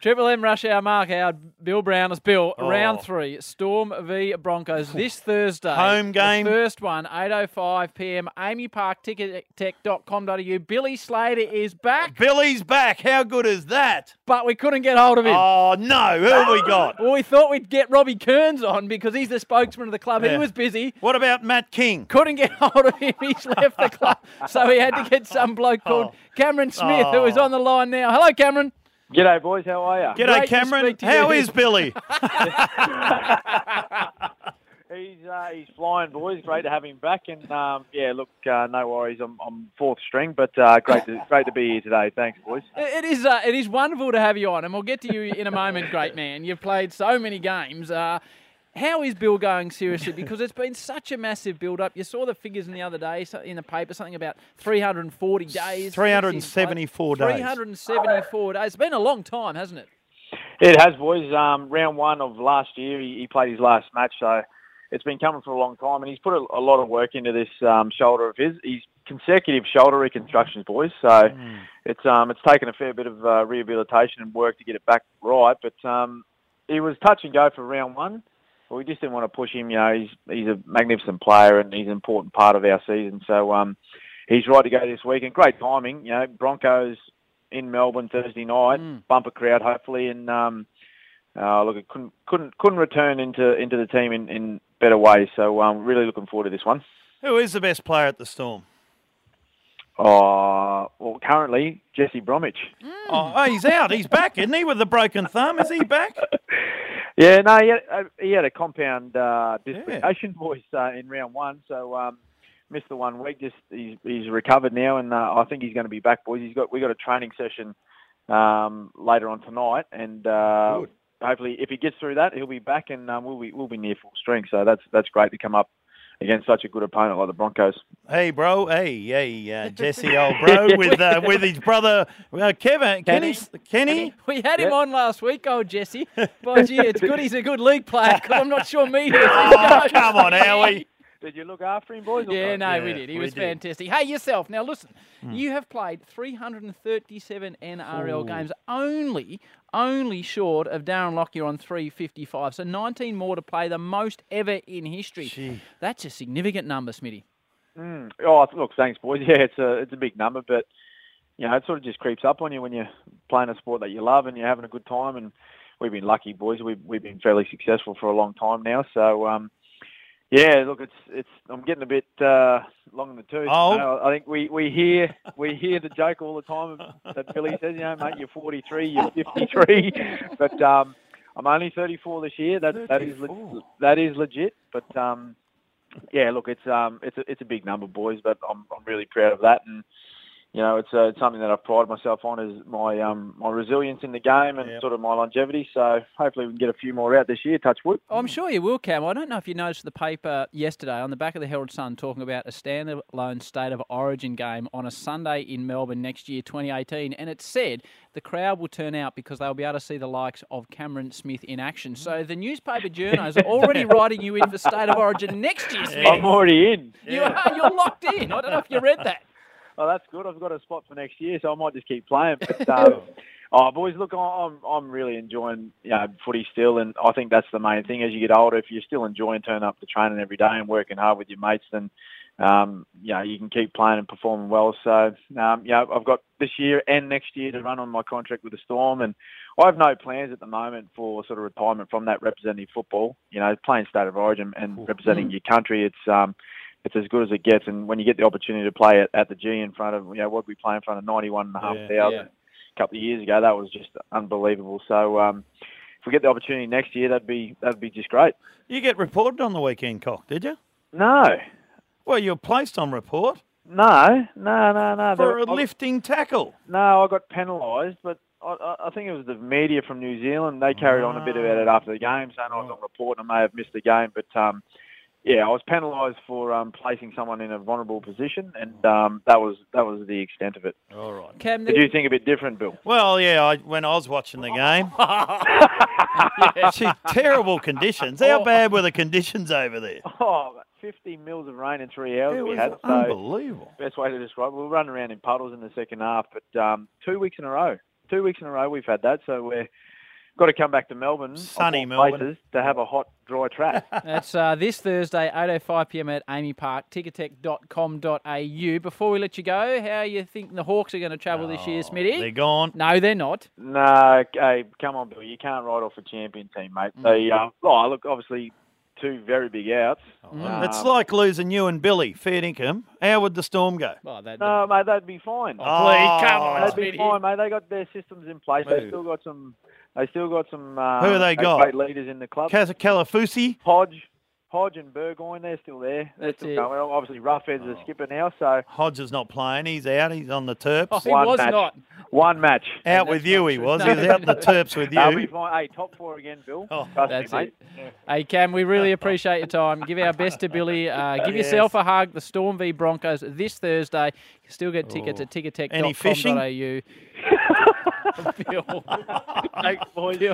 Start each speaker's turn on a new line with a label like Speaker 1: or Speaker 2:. Speaker 1: Triple M Rush Hour Mark Howard, Bill Brown is Bill.
Speaker 2: Oh.
Speaker 1: Round three, Storm v Broncos this Thursday.
Speaker 2: Home game.
Speaker 1: The first one, 8.05 p.m. amyparktickettech.com.au. Billy Slater is back,
Speaker 2: Billy's back. How good is that?
Speaker 1: but we couldn't get hold of him.
Speaker 2: Oh no, who have we got?
Speaker 1: Well, we thought we'd get Robbie Kearns on because he's the spokesman of the club. He
Speaker 2: Yeah.
Speaker 1: was busy.
Speaker 2: What about Matt King?
Speaker 1: Couldn't get hold of him. He's left the club. So he had to get some bloke called
Speaker 2: Oh.
Speaker 1: Cameron Smith, who is
Speaker 2: Oh.
Speaker 1: on the line now. Hello, Cameron.
Speaker 3: G'day, boys. How are you?
Speaker 1: Great
Speaker 2: G'day,
Speaker 1: to
Speaker 2: Cameron.
Speaker 1: speak to
Speaker 2: How
Speaker 1: you.
Speaker 2: is Billy?
Speaker 3: He's uh, he's flying, boys. Great to have him back. And um, yeah, look, uh, no worries. I'm, I'm fourth string, but uh, great to great to be here today. Thanks, boys.
Speaker 1: It it is uh, it is wonderful to have you on, and we'll get to you in a moment, great man. You've played so many games. Uh, how is Bill going seriously? Because it's been such a massive build-up. You saw the figures in the other day so- in the paper, something about 340 days.
Speaker 2: 374 days.
Speaker 1: 374 days. It's been a long time, hasn't it?
Speaker 3: It has, boys. Um, round one of last year, he, he played his last match, so it's been coming for a long time, and he's put a, a lot of work into this um, shoulder of his. He's consecutive shoulder reconstructions, boys. So it's um, it's taken a fair bit of uh, rehabilitation and work to get it back right. But um, he was touch and go for round one. But we just didn't want to push him. You know, he's he's a magnificent player and he's an important part of our season. So um, he's right to go this week. And great timing. You know, Broncos in Melbourne Thursday night, bumper crowd hopefully, and um, uh, look, it couldn't couldn't couldn't return into into the team in, in better ways. So um, really looking forward to this one.
Speaker 2: Who is the best player at the Storm?
Speaker 3: Uh, well, currently Jesse Bromwich.
Speaker 2: Oh, oh, he's out. He's back, isn't he? With the broken thumb, is he back?
Speaker 3: Yeah, no, he had, uh, he had a compound uh, dislocation, boys, uh, in round one, so um, missed the one week. Just he's, he's recovered now, and uh, I think he's going to be back, boys. He's got we got a training session um, later on tonight, and uh,
Speaker 2: Good.
Speaker 3: hopefully, if he gets through that, he'll be back, and um, we'll be we'll be near full strength. So that's that's great to come up against such a good opponent like the Broncos.
Speaker 2: Hey, bro. Hey, hey, uh, Jesse, old bro, with uh, with his brother uh, Kevin. Kenny. Kenny.
Speaker 1: We had him
Speaker 3: Yeah.
Speaker 1: on last week, old Jesse. By gee, it's good he's a good league player because I'm not sure me. who's going.
Speaker 2: Oh, Come on, Howie.
Speaker 3: Did you look after him, boys?
Speaker 1: Yeah, no, we
Speaker 2: Yeah,
Speaker 1: did. He
Speaker 2: we
Speaker 1: was
Speaker 2: did. Hmm.
Speaker 1: fantastic. Hey, yourself. Now, listen, you have played 337 NRL games, only, only short of Darren Lockyer on 355. So 19 more to play, the most ever in history.
Speaker 2: Gee.
Speaker 1: That's a significant number, Smitty.
Speaker 3: Mm. Oh, look, thanks, boys. Yeah, it's a it's a big number, but you know, it sort of just creeps up on you when you're playing a sport that you love and you're having a good time. And we've been lucky, boys. We've we've been fairly successful for a long time now. So, um, yeah, look, it's it's I'm getting a bit uh, long in the tooth.
Speaker 2: Old.
Speaker 3: You know, I think we, we hear we hear the joke all the time that Billy says, you know, mate, you're 43, you're 53, but um, I'm only 34 this year. That that is le-
Speaker 2: 34.
Speaker 3: that is legit, but. Um, yeah, look, it's um, it's a, it's a big number, boys, but I'm I'm really proud of that, and you know, it's uh, it's something that I pride myself on is my um my resilience in the game and
Speaker 2: Yep.
Speaker 3: sort of my longevity. So hopefully we can get a few more out this year. Touch wood.
Speaker 1: I'm sure you will, Cam. I don't know if you noticed the paper yesterday on the back of the Herald Sun talking about a standalone State of Origin game on a Sunday in Melbourne next year, 2018. And it said the crowd will turn out because they'll be able to see the likes of Cameron Smith in action. So the newspaper journos are already writing you in for State of Origin next year, Smith.
Speaker 3: I'm already in.
Speaker 1: You are, you're locked in. I don't know if you read that.
Speaker 3: Oh, that's good. I've got a spot for next year, so I might just keep playing. But, um, oh, boys, look, I'm I'm really enjoying you know footy still, and I think that's the main thing. As you get older, if you're still enjoying turning up to training every day and working hard with your mates, then um, you know you can keep playing and performing well. So um, yeah, I've got this year and next year to run on my contract with the Storm, and I have no plans at the moment for sort of retirement from that representing football. You know, playing state of origin and representing your country, it's um, it's as good as it gets. And when you get the opportunity to play at, at the G in front of, you know, what we play in front of 91,500
Speaker 2: Yeah,
Speaker 1: yeah.
Speaker 3: a couple of years ago, that was just unbelievable. So um, if we get the opportunity next year, that'd be that'd be just great.
Speaker 2: You get reported on the weekend, cock, did you?
Speaker 3: No,
Speaker 2: Well, you were placed on report
Speaker 3: no, no, no, no.
Speaker 2: for a
Speaker 3: There- I-
Speaker 2: lifting tackle.
Speaker 3: No, I got penalised, but I, I I think it was the media from New Zealand. They carried on a bit about it
Speaker 2: Ah.
Speaker 3: after the game, saying "Oh, I was on report and I may have missed the game. But um, yeah, I was penalised for um, placing someone in a vulnerable position, and um, that was that was the extent of it.
Speaker 2: All right.
Speaker 1: Cam,
Speaker 3: Did you think a bit different, Bill?
Speaker 2: Well, yeah, I, when I was watching the game, Gee, terrible conditions. How
Speaker 1: Oh.
Speaker 2: bad were the conditions over there?
Speaker 3: Oh, 50 mils of rain in three hours
Speaker 2: It
Speaker 3: we
Speaker 2: was
Speaker 3: had. So
Speaker 2: unbelievable.
Speaker 3: best way to describe it. We'll run around in puddles in the second half, but um, two weeks in a row, two weeks in a row we've had that. So we're got to come back to Melbourne, of
Speaker 2: Sunny
Speaker 3: all
Speaker 2: Melbourne.
Speaker 3: places, to have a hot, dry track.
Speaker 1: That's uh, this Thursday, 8.05pm at Amy Park, tickertech.com.au. Before we let you go, how you think the Hawks are going to travel this year, Smitty?
Speaker 2: They're gone.
Speaker 1: No, they're not.
Speaker 3: No, hey, come on, Bill. You can't write off a champion team, mate.
Speaker 2: Mm.
Speaker 3: They, uh, oh, look, obviously, two very big outs.
Speaker 1: Mm.
Speaker 2: It's like losing you and Billy, fair income. How would the storm go?
Speaker 1: Well, that,
Speaker 3: No, mate, they'd be fine.
Speaker 1: Oh,
Speaker 2: Oh,
Speaker 1: please, come on,
Speaker 3: they'd
Speaker 1: Smitty.
Speaker 3: be fine, mate. They got their systems in place. They
Speaker 2: Who?
Speaker 3: still got some. They still got some. Uh,
Speaker 2: Who they got?
Speaker 3: Great leaders in the club.
Speaker 2: Kaz- Calafusi.
Speaker 3: Hodge, Hodge and Burgoyne. They're still there. They're
Speaker 1: That's
Speaker 3: still
Speaker 1: it.
Speaker 3: going. Obviously, Roughhead's the skipper now. So
Speaker 2: Hodge is not playing. He's out. He's on the Terps.
Speaker 1: Oh, he
Speaker 3: one
Speaker 1: was
Speaker 3: match.
Speaker 1: not.
Speaker 3: one match.
Speaker 2: out with you, he was. He was out the Terps with
Speaker 3: They'll be
Speaker 2: you.
Speaker 3: fine. Hey, top four again, Bill.
Speaker 2: Oh,
Speaker 3: Trust
Speaker 1: That's
Speaker 3: me, mate.
Speaker 1: it. Hey, Cam, we really appreciate your time. Give our best to Billy. Uh, give
Speaker 2: Yes.
Speaker 1: yourself a hug. The Storm v Broncos this Thursday. You still get tickets at
Speaker 2: Any
Speaker 1: tickertech.com.au.
Speaker 2: fishing?
Speaker 1: Bill.
Speaker 3: Thanks, boys.